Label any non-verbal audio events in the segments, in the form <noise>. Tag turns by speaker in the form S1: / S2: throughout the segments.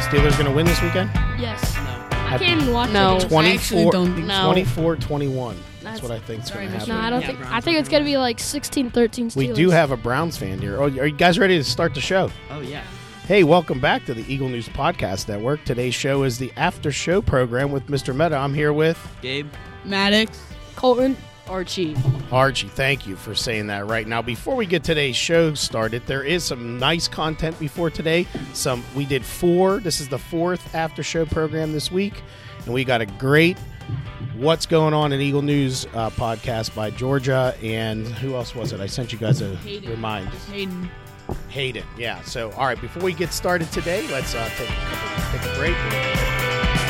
S1: Steelers going to win this weekend?
S2: Yes.
S3: No.
S2: I can't even watch
S4: No.
S2: it.
S4: I
S1: 24,
S5: don't think
S2: so.
S1: 24 21. That's,
S2: That's-
S1: what I think's
S2: Sorry,
S1: going to
S2: Mitch.
S1: happen.
S2: No, I don't
S3: Yeah,
S2: think.
S3: Browns
S2: I think
S3: are
S2: it's going
S3: gonna
S2: to be like 16 13 Steelers.
S1: we do have a Browns fan here. Oh, are you guys ready to start the show?
S3: Oh yeah.
S1: Hey, welcome back to the Eagle News Podcast Network. Today's show is the after show program with Mr. Meta. I'm here with
S3: Gabe.
S5: Maddox.
S2: Colton.
S4: Archie.
S1: Archie. Thank you for saying that right now. Before we get today's show started, there is some nice content before today. Some we did four. This is the fourth after show program this week, and we got a great What's Going On in Eagle News uh, podcast by Georgia and who else was it? I sent you guys a
S5: Hayden.
S1: remind.
S5: Hayden.
S1: Hayden. Yeah. So, all right, before we get started today, let's uh, take, a couple, take a break.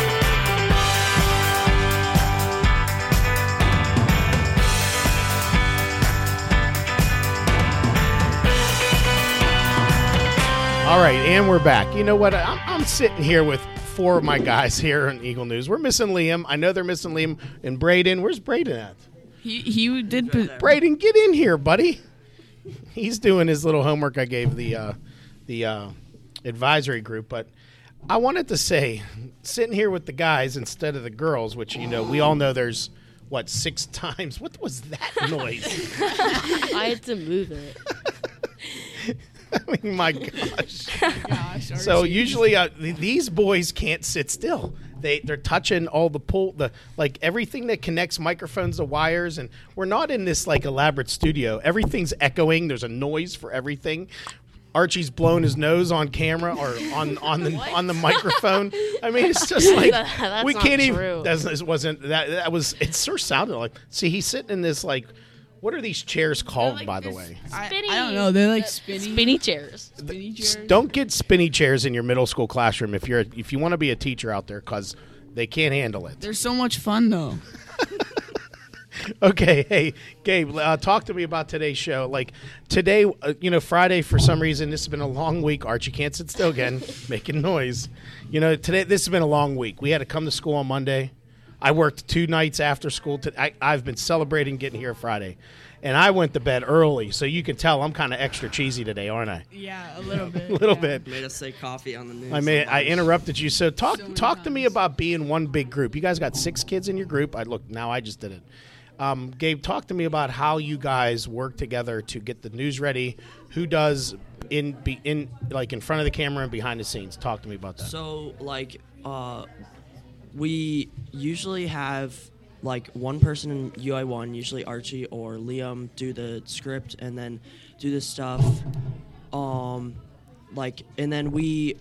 S1: All right, and we're back. You know what? I'm, I'm sitting here with four of my guys here on Eagle News. We're missing Liam. I know they're missing Liam and Braden. Where's Braden at?
S5: He he did. Put,
S1: Braden, get in here, buddy. He's doing his little homework I gave the uh, the uh, advisory group, but I wanted to say, sitting here with the guys instead of the girls, which you know we all know there's what six <laughs> times. What was that noise?
S4: <laughs> I had to move it.
S1: <laughs> I mean, my gosh. so usually uh, th- these boys can't sit still. They they're touching all the pull the like everything that connects microphones to wires and we're not in this like elaborate studio. Everything's echoing. There's a noise for everything. Archie's blown his nose on camera or on, on
S4: <laughs>
S1: the on the microphone. I mean, it's just like
S4: That's
S1: we
S4: not
S1: can't
S4: true.
S1: even. That's, this wasn't that. That was. It sure sounded like. See, he's sitting in this like. What are these chairs called, by the way?
S5: I,
S2: Spinny.
S5: I don't know. They're like spinny.
S4: Spinny chairs.
S5: spinny
S1: S-
S5: chairs.
S1: Don't get spinny chairs in your middle school classroom if you're if you want to be a teacher out there because they can't handle it. <laughs>
S5: They're so much fun though.
S1: Okay, hey Gabe, uh, talk to me about today's show. Like today, uh, you know, Friday for some reason this has been a long week. Archie can't sit still again, <laughs> making noise. You know, today this has been a long week. We had to come to school on Monday. I worked two nights after school. To, I, I've been celebrating getting here Friday, and I went to bed early. So you can tell I'm kind of extra cheesy today, aren't I? <laughs>
S5: Yeah, a little bit.
S1: A little bit.
S3: Made us say coffee on the news.
S1: I mean, I interrupted you. So talk
S5: So many
S1: talk to me
S5: times.
S1: about being one big group. You guys got six kids in your group. I look now. I just did it. Um, Gabe, talk to me about how you guys work together to get the news ready. Who does in be in like in front of the camera and behind the scenes? Talk to me about that.
S3: So like, uh, we usually have like one person in UI one, usually Archie or Liam, do the script and then do the stuff. Um, like, and then we.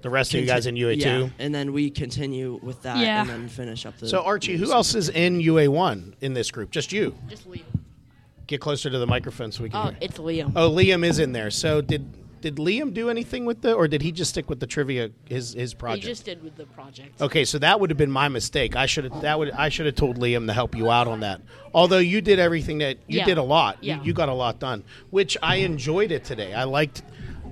S1: the rest of you guys in UA two.
S3: Yeah, and then we continue with that,
S2: Yeah.
S3: and then finish up the.
S1: So Archie, who
S3: news.
S1: else is in UA one in this group? Just you.
S4: Just Liam.
S1: Get closer to the microphone so we can.
S4: Oh,
S1: hear.
S4: it's Liam.
S1: Oh, Liam is in there. So did did Liam do anything with the, or did he just stick with the trivia? His his
S4: he
S1: project.
S4: just did with the project.
S1: Okay, so that would have been my mistake. I should have that would I should have told Liam to help you out on that. Although you did everything that you
S4: Yeah.
S1: did a lot. You-
S4: Yeah.
S1: You, got a lot done, which I enjoyed it today. I liked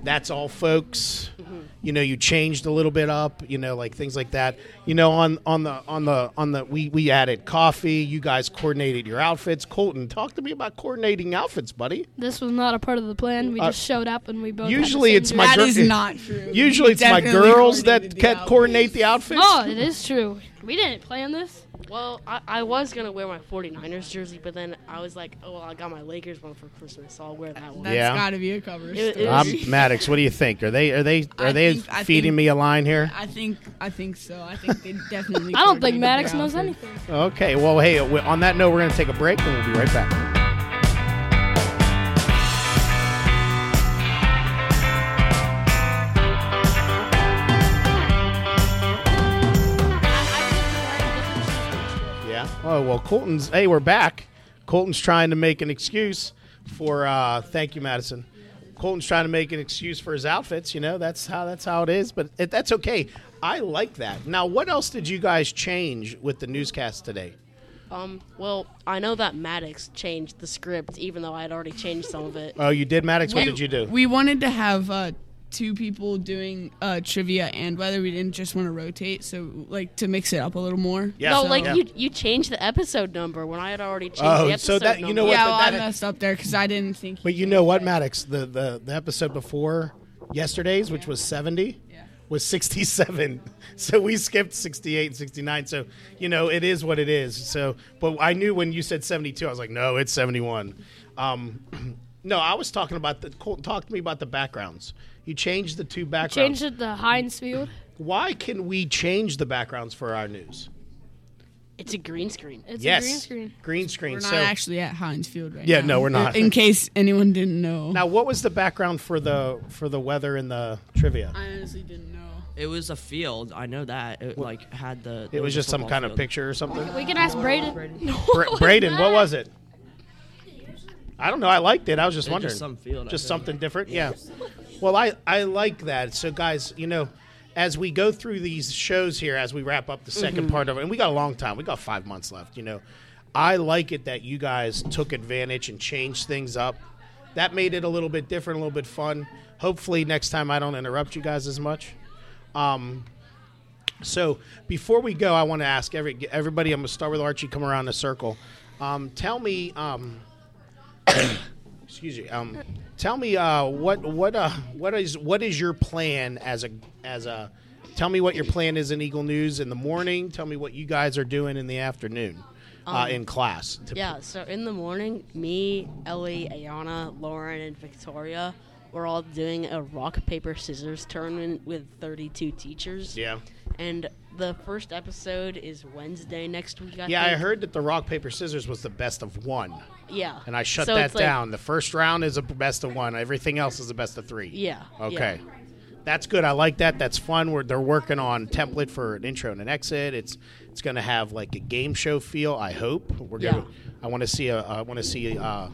S1: that's all folks.
S4: Mm-hmm.
S1: You know, you changed a little bit up, you know, like things like that. You know, on on the on the on the we we added coffee. You guys coordinated your outfits. Colton, talk to me about coordinating outfits, buddy.
S2: This was not a part of the plan. We
S1: Uh,
S2: just showed up and we both.
S1: usually
S2: had the
S1: it's
S2: same
S1: my
S5: That
S2: dress.
S1: gir-
S5: is not true.
S1: Usually it's my
S5: Definitely
S1: girls
S5: coordinated
S1: that
S5: the
S1: can
S5: outfit.
S1: coordinate the <laughs> outfits.
S2: Oh, it is true. We didn't plan this.
S4: Well, I, I was going to wear my 49ers jersey, but then I was like, oh, well, I got my Lakers one for Christmas, so I'll wear that one.
S5: That's
S1: Yeah.
S5: gotta be a cover
S4: It-
S5: story. <laughs>
S4: it-
S1: I'm Maddox. What do you think? Are they are they are
S5: I
S1: they
S5: think- I
S1: feeding
S5: think-
S1: me a line here?
S5: I think I think so. I think
S2: <laughs>
S5: they definitely.
S2: I don't think
S5: coordinated
S2: Maddox
S5: their
S2: knows
S5: outfits.
S2: anything.
S1: Okay. Well, hey. we- On that note, we're going to take a break, and we'll be right back. Yeah. Oh well, Colton's. Hey, we're back. Colton's trying to make an excuse for. Uh, thank you, Madison. Colton's trying to make an excuse for his outfits. You know, that's how that's how it is. But it, that's okay. I like that. Now, what else did you guys change with the newscast today?
S4: Um, well, I know that Maddox changed the script, even though I had already changed some of it.
S1: <laughs> Oh, you did, Maddox. What
S5: We-
S1: did you do?
S5: We wanted to have uh, two people doing uh, trivia and whether we didn't just want to rotate, so like to mix it up a little more.
S1: Yeah.
S4: no,
S5: So-
S4: like
S1: Yeah.
S4: you, you changed the episode number when I had already changed
S1: Oh,
S4: the
S1: so
S4: episode
S1: that- you know
S4: number.
S1: what?
S5: Yeah,
S1: but
S5: well,
S1: that-
S5: I messed up there because I didn't think.
S1: But you know what, Maddox? The the, the episode before yesterday's, which was seventy,
S5: Yeah.
S1: was 67. <laughs> So we skipped 68 and 69. So, you know, it is what it is. So, but I knew when you said 72, I was like, no, it's 71. Um, <clears throat> no, I was talking about the Colton, talk to me about the backgrounds. You changed the two backgrounds.
S2: Changed it to Heinz Field.
S1: Why can we change the backgrounds for our news?
S4: It's a green screen.
S2: It's
S1: yes.
S2: a green screen.
S1: Green screen.
S5: We're not
S1: so,
S5: actually at Heinz Field right
S1: Yeah,
S5: now.
S1: no, we're not.
S5: In case anyone didn't know.
S1: now what was the background for the for the weather and the trivia?
S5: I honestly didn't know.
S3: It was a field. I know that. It like had the.
S1: It was just some kind of
S3: picture.
S1: picture or something.
S2: We can ask Braden. No,
S1: Bra-
S2: <laughs> it's
S1: Braden, what
S2: not.
S1: was it? I don't know. I liked it. I was just
S3: It's
S1: wondering.
S3: just some field, I
S1: Just
S3: think.
S1: something different. Yeah. Well, I I like that. So guys, you know, as we go through these shows here, as we wrap up the 2nd part of it, and we got a long time. We got five months left. You know, I like it that you guys took advantage and changed things up. That made it a little bit different, a little bit fun. Hopefully, next time I don't interrupt you guys as much. Um, so before we go, I want to ask every everybody. I'm gonna start with Archie. Come around the circle. Um, tell me, um, <coughs> excuse me. Um, tell me uh, what what uh, what is what is your plan as a as a Tell me what your plan is in Eagle News in the morning. Tell me what you guys are doing in the afternoon uh, in class. To-
S4: Yeah, so in the morning, me, Ellie, Ayana, Lauren, and Victoria, we're all doing a rock, paper, scissors tournament with 32 teachers.
S1: Yeah.
S4: And the first episode is Wednesday next week, I
S1: Yeah, I
S4: think.
S1: heard that the rock paper scissors was the best of one,
S4: Yeah.
S1: and I shut
S4: So
S1: that
S4: it's like-
S1: down. The first round is a best of one. Everything else is a best of three.
S4: Yeah,
S1: Okay. That's good. I like that. That's fun. We're, they're working on template for an intro and an exit. It's it's going to have like a game show feel. I hope we're gonna. I want to see a. I want to see a, uh,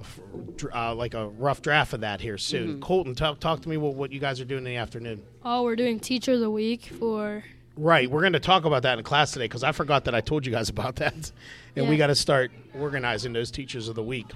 S1: f- dr- uh, like a rough draft of that here soon.
S4: Mm-hmm.
S1: Colton, talk talk to me what, what you guys are doing in the afternoon.
S2: Oh, we're doing Teacher of the Week for.
S1: Right, we're going to talk about that in class today because I forgot that I told you guys <laughs> about that, and we
S2: Yeah.
S1: got to start organizing those teachers of the week.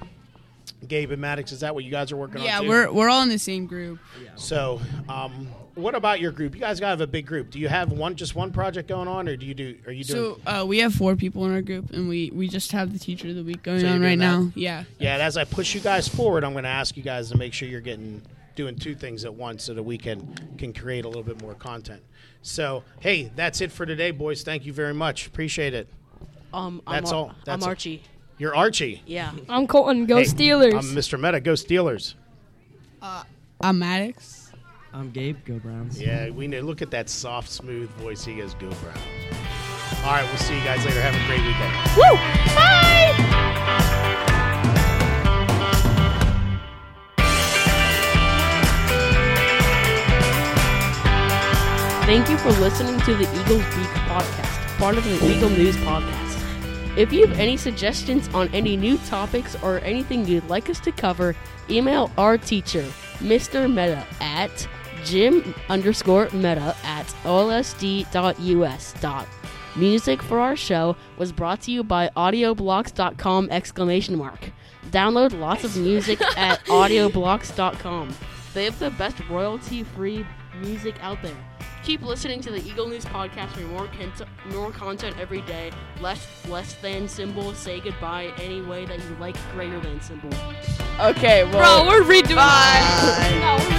S1: Gabe and Maddox, is that what you guys are working
S5: Yeah,
S1: on? too?
S5: we're we're all in the same group.
S1: So, um, what about your group? You guys gotta have a big group. Do you have one, just one project going on, or do you do? Are you doing?
S5: So uh, we have four people in our group, and we we just have the teacher of the week going
S1: So you're
S5: on right
S1: doing that?
S5: now. Yeah.
S1: yeah. And as I push you guys forward, I'm gonna ask you guys to make sure you're getting doing two things at once so that we can can create a little bit more content. So, hey, that's it for today, boys. Thank you very much. Appreciate it.
S4: Um,
S1: That's
S4: I'm, Ar-
S1: all. That's all.
S4: I'm Archie.
S1: You're Archie.
S4: Yeah.
S2: I'm Colton. Go
S1: Hey,
S2: Steelers.
S1: I'm Mr. Meta. Go Steelers.
S5: I'm Maddox.
S3: I'm Gabe. Go Browns.
S1: Yeah, we know. Look at that soft, smooth voice. He goes, "Go Browns." All right, we'll see you guys later. Have a great weekend.
S2: Woo! Bye!
S4: Thank you for listening to the Eagles Week podcast, part of the Eagle News podcast. If you have any suggestions on any new topics or anything you'd like us to cover, email our teacher, Mr. Meta, at jim underscore meta at olsd.us. Music for our show was brought to you by audioblocks.com exclamation mark. Download lots of music at audioblocks.com. They have the best royalty-free music out there. Keep listening to the Eagle News podcast for more cont- more content every day. Less less than symbol. Say goodbye any way that you like greater than symbol.
S6: Okay, well.
S2: Bro, we're redoing.
S6: bye.
S2: No, we're